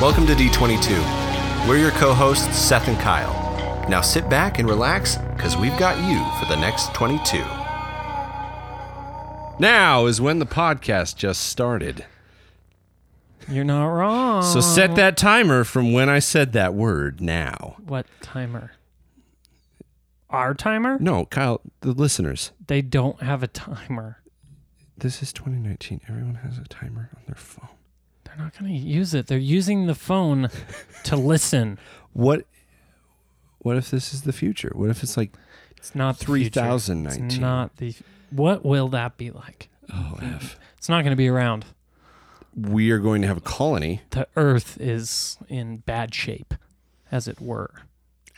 Welcome to D22. We're your co hosts, Seth and Kyle. Now sit back and relax because we've got you for the next 22. Now is when the podcast just started. You're not wrong. So set that timer from when I said that word now. What timer? Our timer? No, Kyle, the listeners, They don't have a timer. this is 2019. Everyone has a timer on their phone. They're not going to use it. They're using the phone to listen. What what if this is the future? What if it's like It's not the future. 3019. It's not the. What will that be like? oh f It's not going to be around. we are going to have a colony? The Earth is in bad shape, as it were.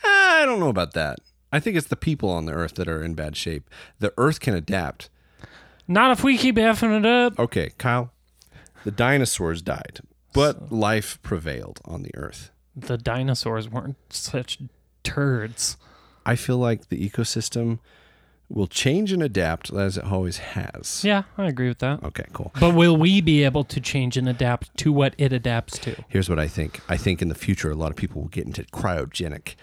I don't know about that. I think it's the people on the earth that are in bad shape. The earth can adapt. Not if we keep effing it up. Okay, Kyle. The dinosaurs died, but life prevailed on the earth. The dinosaurs weren't such turds. I feel like the ecosystem will change and adapt as it always has. Yeah, I agree with that. Okay, cool. But will we be able to change and adapt to what it adapts to? Here's what I think. I think in the future a lot of people will get into cryogenic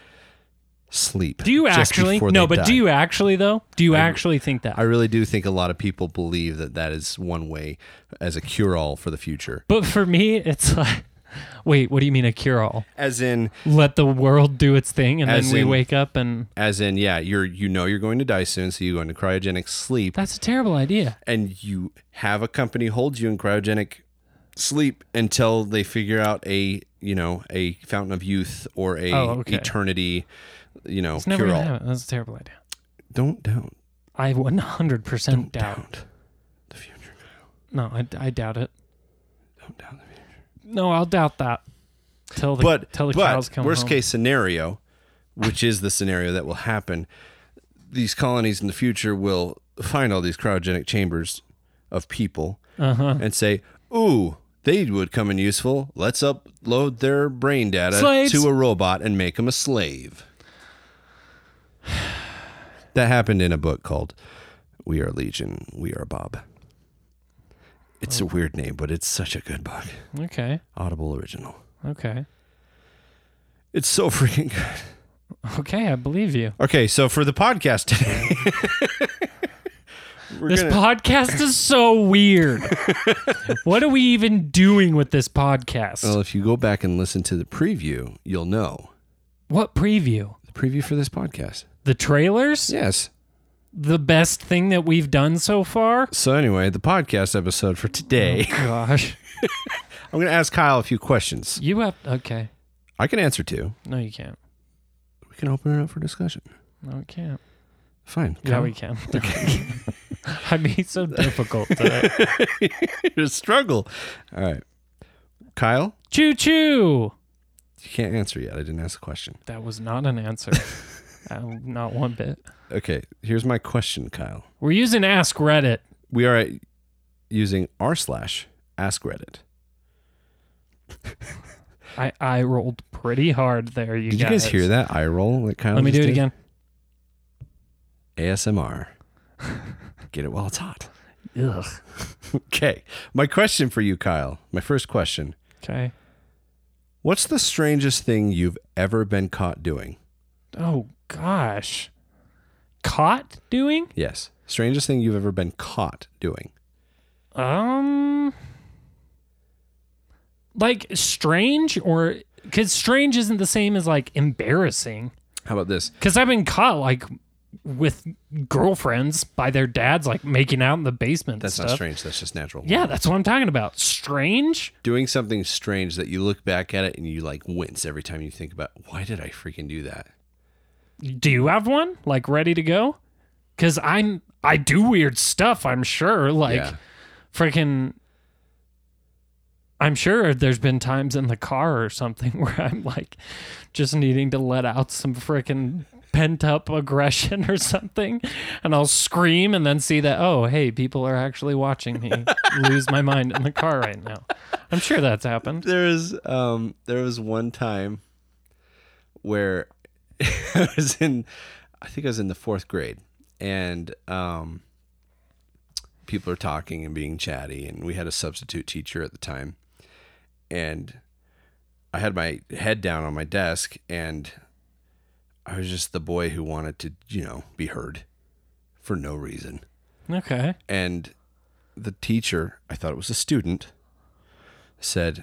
sleep. Do you just actually? before No, they but die. do you actually though? Do you actually think that? I really do think a lot of people believe that that is one way as a cure-all for the future. but for me, it's like, wait, what do you mean a cure-all? As in Let the world do its thing, and As then we in- wake up, and as in yeah you're you know you're going to die soon so you go into cryogenic sleep that's a terrible idea. and you have a company hold you in cryogenic sleep until they figure out a you know a fountain of youth or a Oh, okay. eternity you know It's never cure gonna all happen. That's a terrible idea. don't doubt I 100% doubt. doubt the future No, I, I doubt it. don't doubt the future No, I'll doubt that. Till the but till the cows but come worst home. case scenario which is the scenario that will happen these colonies in the future will find all these cryogenic chambers of people uh-huh. and say, "Ooh, they would come in useful. Let's upload their brain data Slaves. to a robot and make him a slave." That happened in a book called "We Are Legion, We Are Bob." It's Oh. a weird name, but it's such a good book. Okay, Audible original. okay, It's so freaking good. okay. I believe you. Okay, so for the podcast today, we're This gonna- podcast is so weird. what are we even doing with this podcast? well, if you go back and listen to the preview, you'll know what preview? the preview for this podcast. The trailers? Yes, The best thing that we've done so far? So anyway, the podcast episode for today, Gosh. I'm going to ask Kyle a few questions. You have. Okay. I can answer two. No, you can't. We can open it up for discussion. No, you can't. Fine. Yeah, we can. I mean, it's so difficult. today. It's a struggle. All right, Kyle, Choo choo. you can't answer yet. I didn't ask the question. That was not an answer. Um, not one bit. Okay, here's my question, Kyle. We're using Ask Reddit. We are at using r slash ask Reddit. I, I rolled pretty hard there. You Did you guys hear that eye roll that Kyle? Let me do just did? it again. ASMR. Get it while it's hot. Ugh. Okay, my question for you, Kyle. My first question. Okay. What's the strangest thing you've ever been caught doing? Oh, gosh. Caught doing? Yes. Strangest thing you've ever been caught doing. Um, like strange or because strange isn't the same as like embarrassing. How about this? Because I've been caught like with girlfriends by their dads like making out in the basement. That's and not stuff. strange. That's just natural. Yeah, that's what I'm talking about. Strange. Doing something strange that you look back at it and you like wince every time you think about why did I freaking do that? Do you have one like ready to go? Because I'm I do weird stuff. I'm sure. Like Yeah. freaking. I'm sure there's been times in the car or something where I'm like just needing to let out some freaking pent up aggression or something. And I'll scream and then see that, oh, hey, people are actually watching me lose my mind in the car right now. I'm sure that's happened. There is um there was one time where I was in I think I was in the fourth grade and um people are talking and being chatty and we had a substitute teacher at the time and I had my head down on my desk and I was just the boy who wanted to, you know, be heard for no reason. Okay. And the teacher, I thought it was a student, said,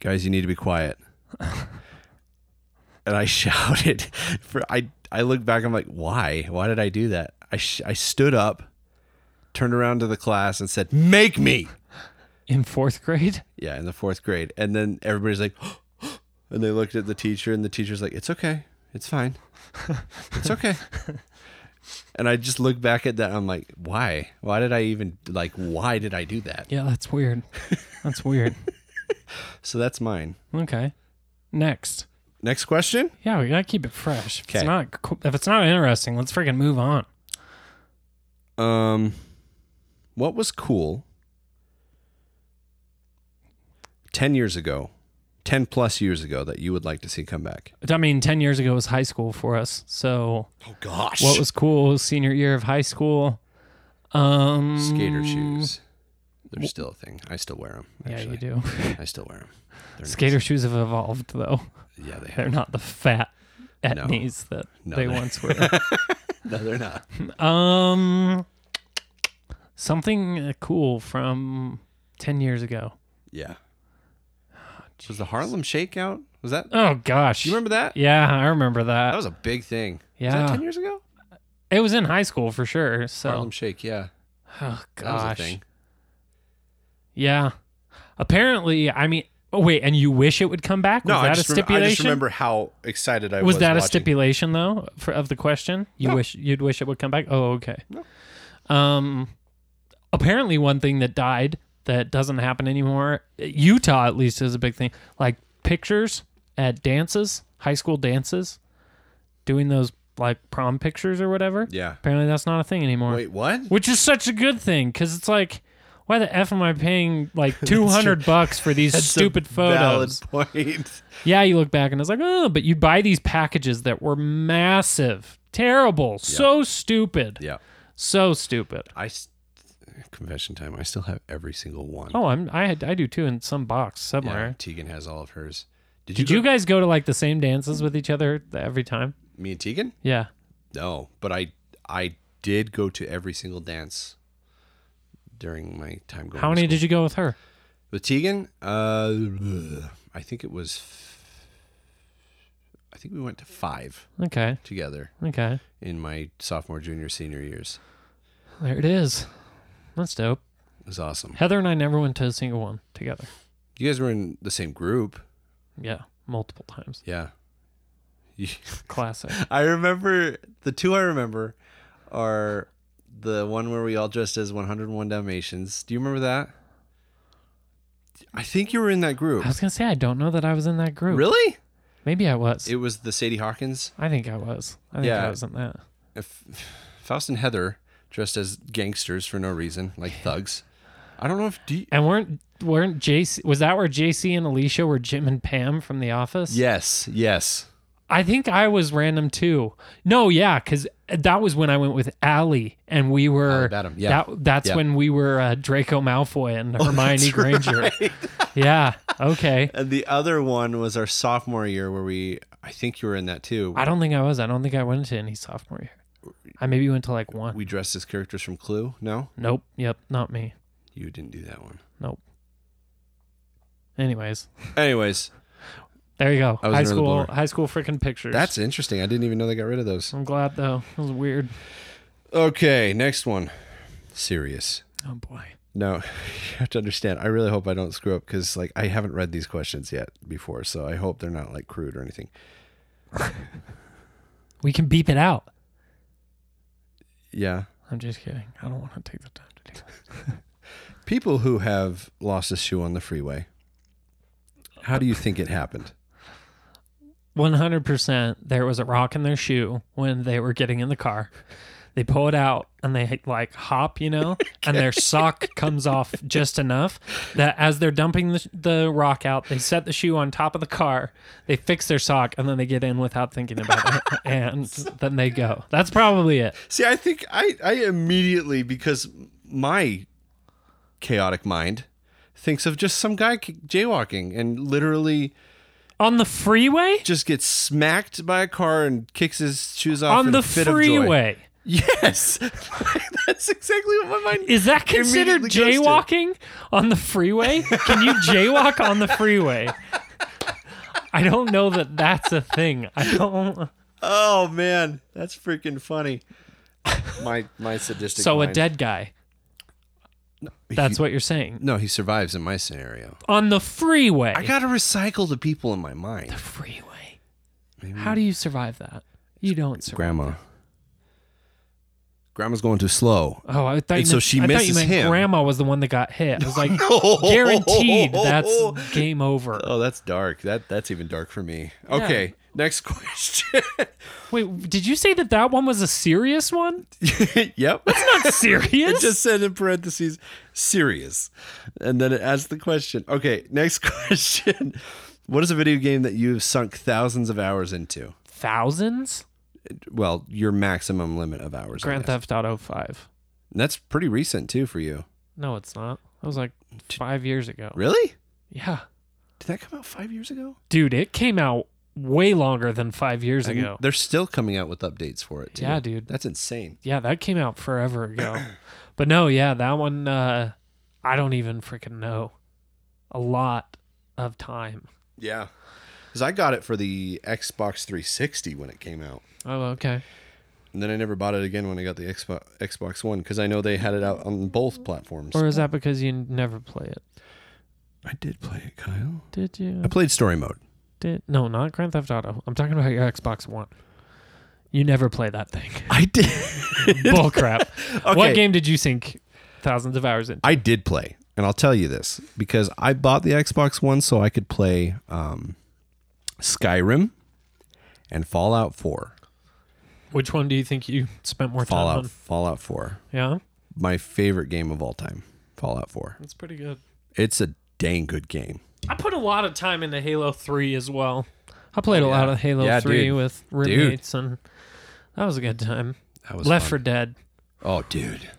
"Guys, you need to be quiet." and I shouted. For I, I looked back. I'm like, "Why? Why did I do that?" I, sh- I stood up, turned around to the class, and said, "Make me." In fourth grade? Yeah, in the fourth grade. And then everybody's like, and they looked at the teacher, and the teacher's like, "It's okay. It's fine. It's okay." and I just look back at that. I'm like, why? Why did I even like? Why did I do that? Yeah, that's weird. That's weird. So that's mine. Okay. Next. Next question. Yeah, we gotta keep it fresh. If it's Okay. not co- if it's not interesting, let's freaking move on. Um, what was cool ten years ago, ten plus years ago that you would like to see come back? I mean, ten years ago was high school for us. So Oh gosh, what was cool was senior year of high school? Um, skater shoes? They're still a thing. I still wear them. Yeah, Actually. you do. I still wear them. Skater shoes have evolved though. Yeah, they They're have. not the fat No. etnies that No, they they're- once were. No, they're not. um, something uh, cool from ten years ago. Yeah. Was the Harlem Shakeout? Was that? Oh gosh, Do you remember that? Yeah, I remember that. That was a big thing. Was Yeah. that 10 years ago? it was in high school for sure. So Harlem Shake, yeah. Oh That gosh. was a thing. Yeah. Apparently, I mean, oh wait, and you wish it would come back? Was No, that I, just a remember, I stipulation? just remember how excited I was. was, that a watching. stipulation though for, of the question? You wish you'd wish it would come back? Oh, okay. No. Um apparently one thing that died that doesn't happen anymore, Utah at least is a big thing. Like pictures at dances, high school dances, doing those like prom pictures or whatever. Yeah. Apparently that's not a thing anymore Wait, what? which is such a good thing because it's like why the f am i paying like 200 bucks for these That's a stupid photos Valid point. yeah you look back and it's like oh but you buy these packages that were massive terrible so stupid yeah. so stupid I s- confession time. I still have every single one. oh i'm i had i do too in some box yeah. somewhere Tegan has all of hers. Did you, did you go- guys go to like the same dances with each other every time me and Tegan? yeah No, but I I did go to every single dance during my time going. how to many school. did you go with her With Tegan, uh, I think it was. f- I think we went to five okay together okay in my sophomore, junior, senior years. there it is that's dope It was awesome. heather and i never went to a single one together You guys were in the same group. yeah multiple times Yeah. You- classic I remember the two I remember are the one where we all dressed as 101 Dalmatians. Do you remember that? I think you were in that group. I was gonna say I don't know that I was in that group. Really? Maybe I was. It was the Sadie Hawkins. I think I was. I think Yeah. I was in that. if Faust and Heather dressed as gangsters for no reason, like thugs. I don't know if do you, And weren't weren't JC was that where JC and Alicia were Jim and Pam from The Office? yes, yes, I think I was random too. No, yeah, because that was when I went with Allie and we were. Alabama, yeah. That, that's Yeah. Oh, when we were uh, Draco Malfoy and Hermione Granger. yeah. Okay. and the other one was our sophomore year where we. I think you were in that too. I don't think I was. I don't think I went to any sophomore year. I maybe went to like one. we dressed as characters from Clue. No, Nope. Yep. Not me. you didn't do that one. Nope. Anyways. Anyways, There you go. I was High another school, blower. high school freaking pictures. that's interesting. I didn't even know they got rid of those. I'm glad though. That was weird. Okay, next one. Serious. Oh boy. No, you have to understand. I really hope I don't screw up because, like, I haven't read these questions yet before, so I hope they're not like crude or anything. We can beep it out. Yeah, I'm just kidding. I don't want to take the time to do that. People who have lost a shoe on the freeway, how do you think it happened? 100% there was a rock in their shoe when they were getting in the car. They pull it out and they like hop, you know, and their sock comes off just enough that as they're dumping the, the rock out, they set the shoe on top of the car, they fix their sock, and then they get in without thinking about it. And then they go. That's probably it. See, I think I, I immediately, because my chaotic mind thinks of just some guy k- jaywalking and literally on the freeway? Just gets smacked by a car and kicks his shoes off on in the a fit of joy. freeway. Yes, that's exactly what my mind Is that considered Immediately goes to- jaywalking on the freeway? Can you jaywalk on the freeway? I don't know that that's a thing. I don't. Oh man, that's freaking funny. My my sadistic. So a mind. dead guy. That's what you're saying. No, he survives in my scenario. On the freeway. I gotta recycle the people in my mind. freeway. How do you survive that? You don't survive. Grandma. Grandma's going too slow. Oh, I thought you And meant, so she I thought you misses meant him. grandma was the one that got hit. I was like, guaranteed that's game over. Oh, that's dark. That that's even dark for me. Okay, next question. Wait, did you say that that one was a serious one? yep. Not serious? It just said in parentheses, serious. And then it asked the question. Okay, next question. What is a video game that you've sunk thousands of hours into? Thousands? Well, your maximum limit of hours. I Grand guess. Theft Auto 5. And That's pretty recent too for you. No, it's not. That was like five years ago. Really? Yeah. Did that come out five years ago? Dude, it came out way longer than five years And ago. They're still coming out with updates for it. Too. Yeah, dude. That's insane. Yeah, that came out forever ago. but no, yeah, that one, uh, I don't even freaking know. A lot of time. Yeah. Because I got it for the Xbox 360 when it came out. Oh, okay. And then I never bought it again when I got the Xbox, Xbox One because I know they had it out on both platforms. Or is that because you never play it? I did play it, Kyle. Did I you? played story mode. Did no, not Grand Theft Auto. I'm talking about your Xbox One. You never play that thing. I did. Bull crap. Okay. What game did you sink thousands of hours in? I did play, and I'll tell you this because I bought the Xbox One so I could play um, Skyrim and Fallout 4. Which one do you think you spent more Fallout time Fallout 4. on? Yeah, My favorite game of all time. Fallout 4. that's pretty good. It's a dang good game. I put a lot of time into Halo 3 as well. I played a lot of Halo Oh, Yeah, 3 dude. with roommates, and that was a good time. That was Left fun. for Dead. Oh, dude.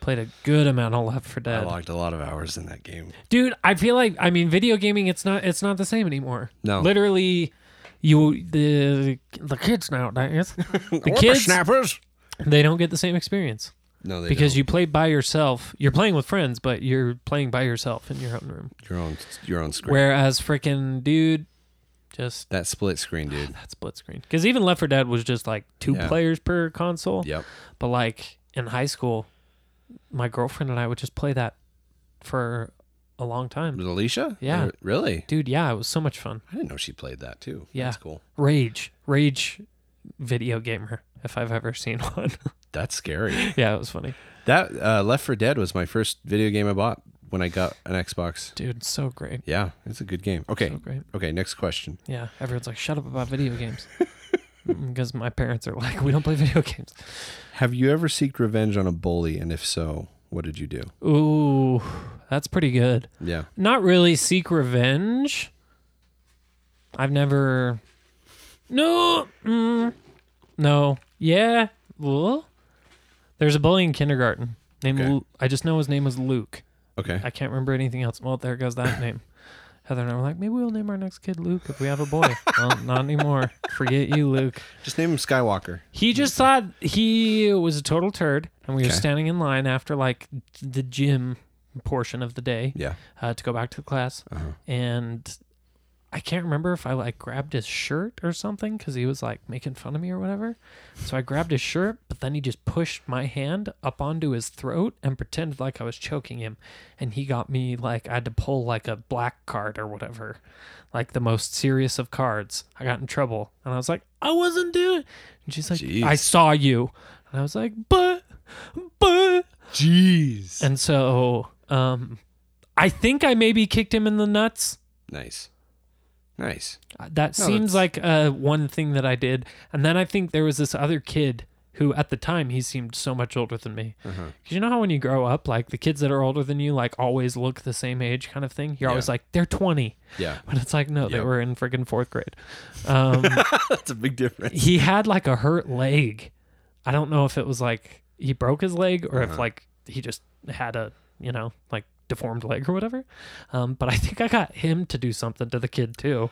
Played a good amount of Left for I Dead. logged a lot of hours in that game. Dude, I feel like I mean video gaming it's not it's not the same anymore. No. Literally you the the kids nowadays the kids snappers. they don't get the same experience No, they because because you play by yourself. You're playing with friends, but you're playing by yourself in your own room. your own your own screen. Whereas freaking dude just that split screen, dude. that split screen. Because even Left 4 Dead was just like two Yeah. players per console. Yep. But like in high school, my girlfriend and I would just play that for a long time. With Alicia? Yeah. Or- Really? Dude, yeah, it was so much fun. I didn't know she played that too. Yeah. That's cool. Rage, rage, video gamer. If I've ever seen one, That's scary. yeah, it was funny, that uh, Left for Dead was my first video game I bought when I got an Xbox. dude. So great, Yeah, it's a good game. Okay. so great. Okay, next question. Yeah, everyone's like, shut up about video games, because my parents are like, we don't play video games. Have you ever seeked revenge on a bully? And if so, what did you do? Ooh, that's pretty good. Yeah. Not really seek revenge. I've never. No. Mm, no. Yeah. Well, there's a bully in kindergarten named. Okay. Lu- I just know his name was Luke. Okay. I can't remember anything else. Well, there goes that name. Heather and I were like, maybe we'll name our next kid Luke if we have a boy. well, not anymore. Forget you, Luke. Just name him Skywalker. He just thought he was a total turd, and we were Okay. standing in line after like the gym portion of the day Yeah. uh, to go back to the class, and I can't remember if I like grabbed his shirt or something because he was like making fun of me or whatever. So I grabbed his shirt, but then he just pushed my hand up onto his throat and pretended like I was choking him, and he got me like I had to pull like a black card or whatever, like the most serious of cards. I got in trouble, and I was like, I wasn't doing. And she's like, I Jeez. saw you, and I was like, but, but. Jeez. And so, um, I think I maybe kicked him in the nuts. Nice. Nice. That No, seems that's- like uh, one thing that I did. And then I think there was this other kid who, at the time, he seemed so much older than me. Because Uh-huh. you know how when you grow up, like the kids that are older than you, like always look the same age, kind of thing. You're always like they're 20, Yeah. but it's like no, they Yep. were in freaking fourth grade. Um, That's a big difference. he had like a hurt leg. I don't know if it was like he broke his leg or Uh-huh. if like he just had a, you know, like deformed leg or whatever. Um, but I think I got him to do something to the kid too.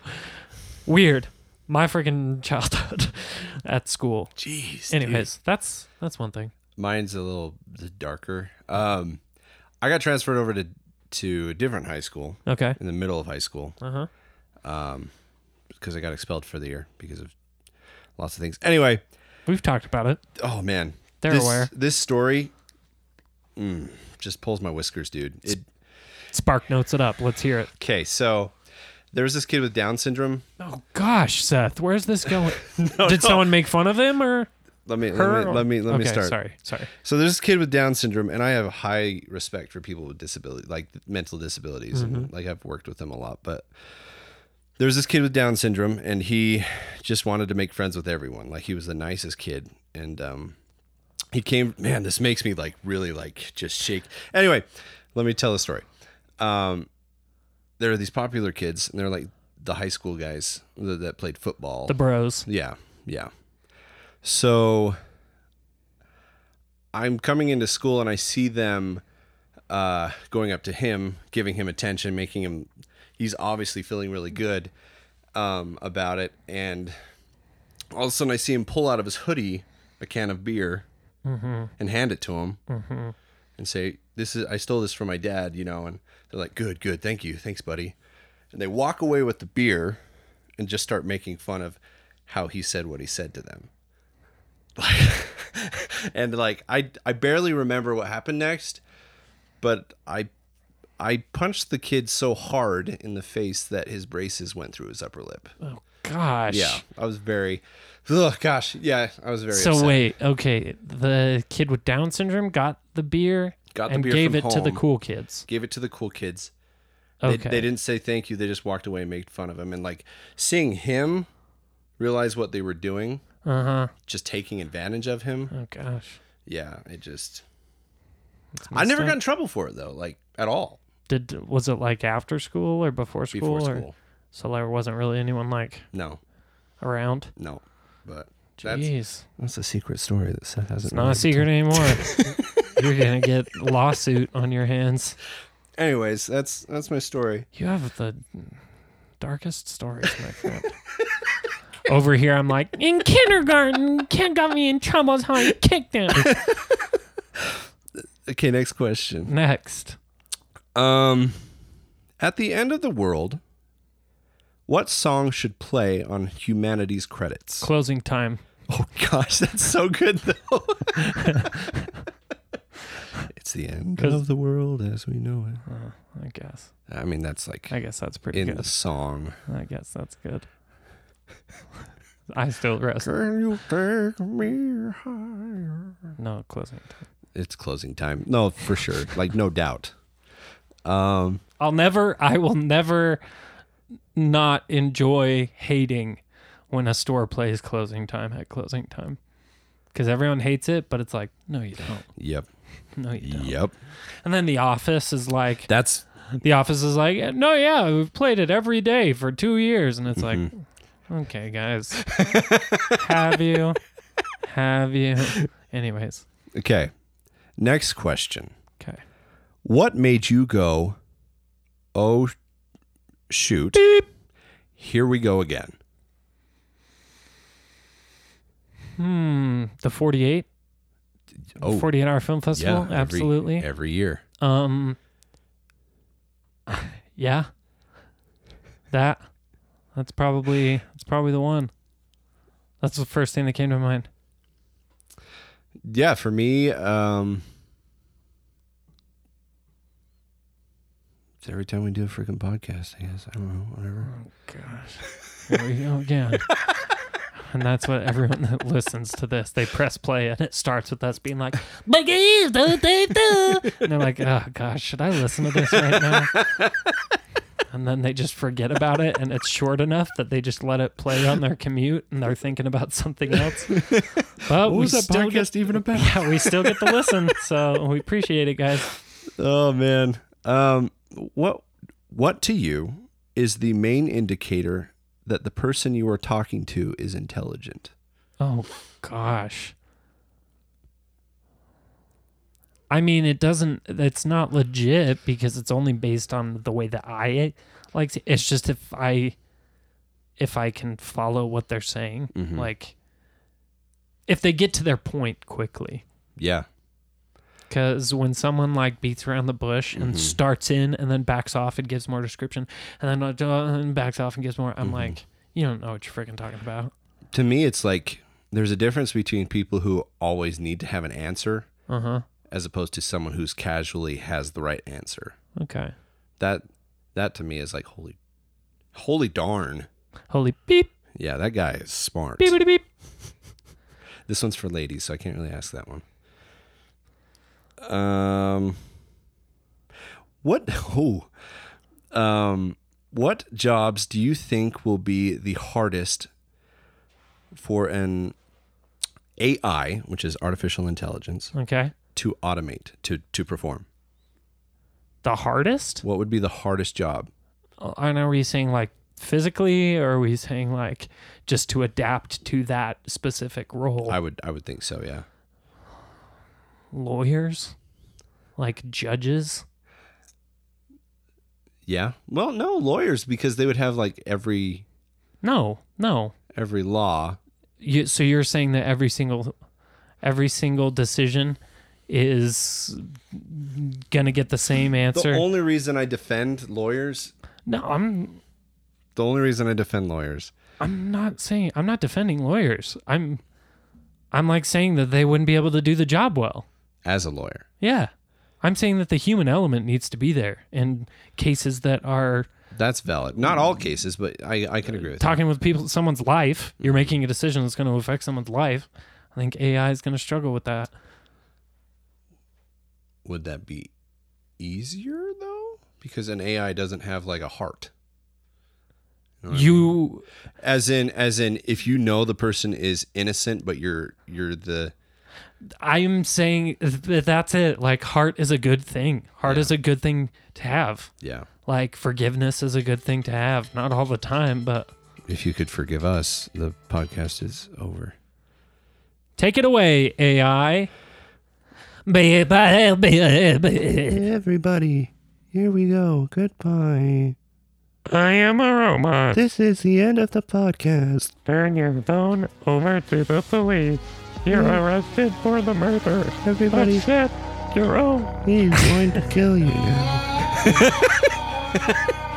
Weird. My freaking childhood at school. Jeez. Anyways, that's that's one thing. mine's a little darker. Um, I got transferred over to to a different high school Okay. in the middle of high school Uh huh. because I got expelled for the year because of lots of things. Anyway, We've talked about it. oh man, They're this, aware. This story mm, just pulls my whiskers, dude. It, Spark notes it up. Let's hear it. okay, so there was this kid with Down syndrome. Oh gosh, Seth, where's this going? Did someone make fun of him or Let me let her? me or- let me, let me Okay, start. Sorry, sorry. So there's this kid with Down syndrome, and I have high respect for people with disability, like mental disabilities, and like I've worked with them a lot. But there's this kid with Down syndrome, and he just wanted to make friends with everyone. Like he was the nicest kid, and um, he came. Man, this makes me like really like just shake. Anyway, let me tell the story. Um, there are these popular kids, and they're like the high school guys that, that played football. The bros. Yeah, yeah. So I'm coming into school and I see them uh, going up to him, giving him attention, making him. He's obviously feeling really good um, about it, and all of a sudden I see him pull out of his hoodie a can of beer and hand it to him and say, "This is I stole this from my dad," you know, and they're like, "Good, good, thank you, thanks, buddy," and they walk away with the beer and just start making fun of how he said what he said to them. and like I I barely remember what happened next, but I I punched the kid so hard in the face that his braces went through his upper lip. Gosh. Yeah, I was very, ugh, gosh, yeah, I was very. So upset. wait, okay. The kid with Down syndrome got the beer Got the and beer gave from it to the home. cool kids. gave it to the cool kids. They, Okay. they didn't say thank you. They just walked away and made fun of him. And like seeing him realize what they were doing, Uh huh. just taking advantage of him. Oh gosh. Yeah, it just. I never got in trouble for it though, like at all Did was it like after school or before school? before or- school. So there wasn't really anyone like No, around. no, but that's Jeez, that's a secret story that Seth hasn't. not a secret anymore. You're gonna get lawsuit on your hands. Anyways, that's that's my story. You have the darkest stories, my friend. Over here, I'm like in kindergarten. Kid got me in trouble, so I kicked him. Okay, next question. Next, Um, at the end of the world, what song should play on humanity's credits? closing time. Oh gosh, that's so good though. it's the end of the world as we know it. I guess. I mean, that's like I guess that's pretty in good. the song. I guess that's good. I still rest. Can you take me higher? No closing time. It's closing time. No, for sure. Like no doubt. Um, I'll never, I will never not enjoy hating when a store plays closing time at closing time. Because everyone hates it, but it's like, no, you don't. yep, No, you don't. yep. And then The Office is like, That's The Office is like, no, yeah, we've played it every day for two years. And it's Mm-hmm. like, okay, guys, have you? Have you? Anyways, okay. Next question. okay. What made you go? Oh, shoot! Here we go again. Hmm, the 48, Oh, 48 Hour Film Festival? every- Absolutely. Every year. Um. Yeah. That. That's probably that's probably the one. That's the first thing that came to mind. Yeah, for me, um, it's every time we do a freaking podcast, I guess. I don't know, whatever. Gosh. Here we go again. And that's what everyone that listens to this, they press play and it starts with us being like, "But E, guys, do, do, do." and they're like, oh gosh, should I listen to this right now? And then they just forget about it and it's short enough that they just let it play on their commute and they're thinking about something else. But What we was that still podcast get, even about? yeah, we still get to listen. So we appreciate it, guys. Oh man, um, what what to you is the main indicator that the person you are talking to is intelligent? Oh gosh. I mean, it doesn't. It's not legit because it's only based on the way that I like. to- It's just if I, if I can follow what they're saying. Mhm. Like, if they get to their point quickly. Yeah. Because when someone like beats around the bush and starts in and then backs off and gives more description and then uh, and backs off and gives more, I'm like, you don't know what you're freaking talking about. To me, it's like there's a difference between people who always need to have an answer Uh huh. as opposed to someone who's casually has the right answer. Okay. That that to me is like holy holy darn. Holy beep, Yeah, that guy is smart. beep, beep, beep. This one's for ladies, so I can't really ask that one. Um, what? Oh, um, what jobs do you think will be the hardest for an AI, which is artificial intelligence, Okay. to automate to to perform? The hardest? What would be the hardest job? And are we saying like physically or are we saying like just to adapt to that specific role? I would I would think so. Yeah. Lawyers? Like judges? Yeah. Well, no lawyers because they would have like every No, no. every law. You, so you're saying that every single every single decision is gonna get the same The answer? only reason I defend lawyers no, I'm The only reason I defend lawyers. I'm not saying I'm not defending lawyers. I'm I'm like saying that they wouldn't be able to do the job well. As a lawyer. Yeah. I'm saying that the human element needs to be there in cases that are That's valid. Not all cases, but I, I can agree with talking with people someone's life. You're making a decision that's going to affect someone's life. I think AI is going to struggle with that. you. Would that be easier though? Because an AI doesn't have like a heart. You As in as in if you know the person is innocent but you're you're the I'm saying that that's it. Like heart is a good thing. Heart is a good thing to have. Yeah. Like forgiveness is a good thing to have. Not all the time, but If you could forgive us, the podcast is over. take it away AI. I Everybody, here we go. Goodbye. am a robot. This is the end of the podcast. Turn your phone over to the police. You're arrested for the murder. Mm. Everybody That's it. You're own. is going to kill you now.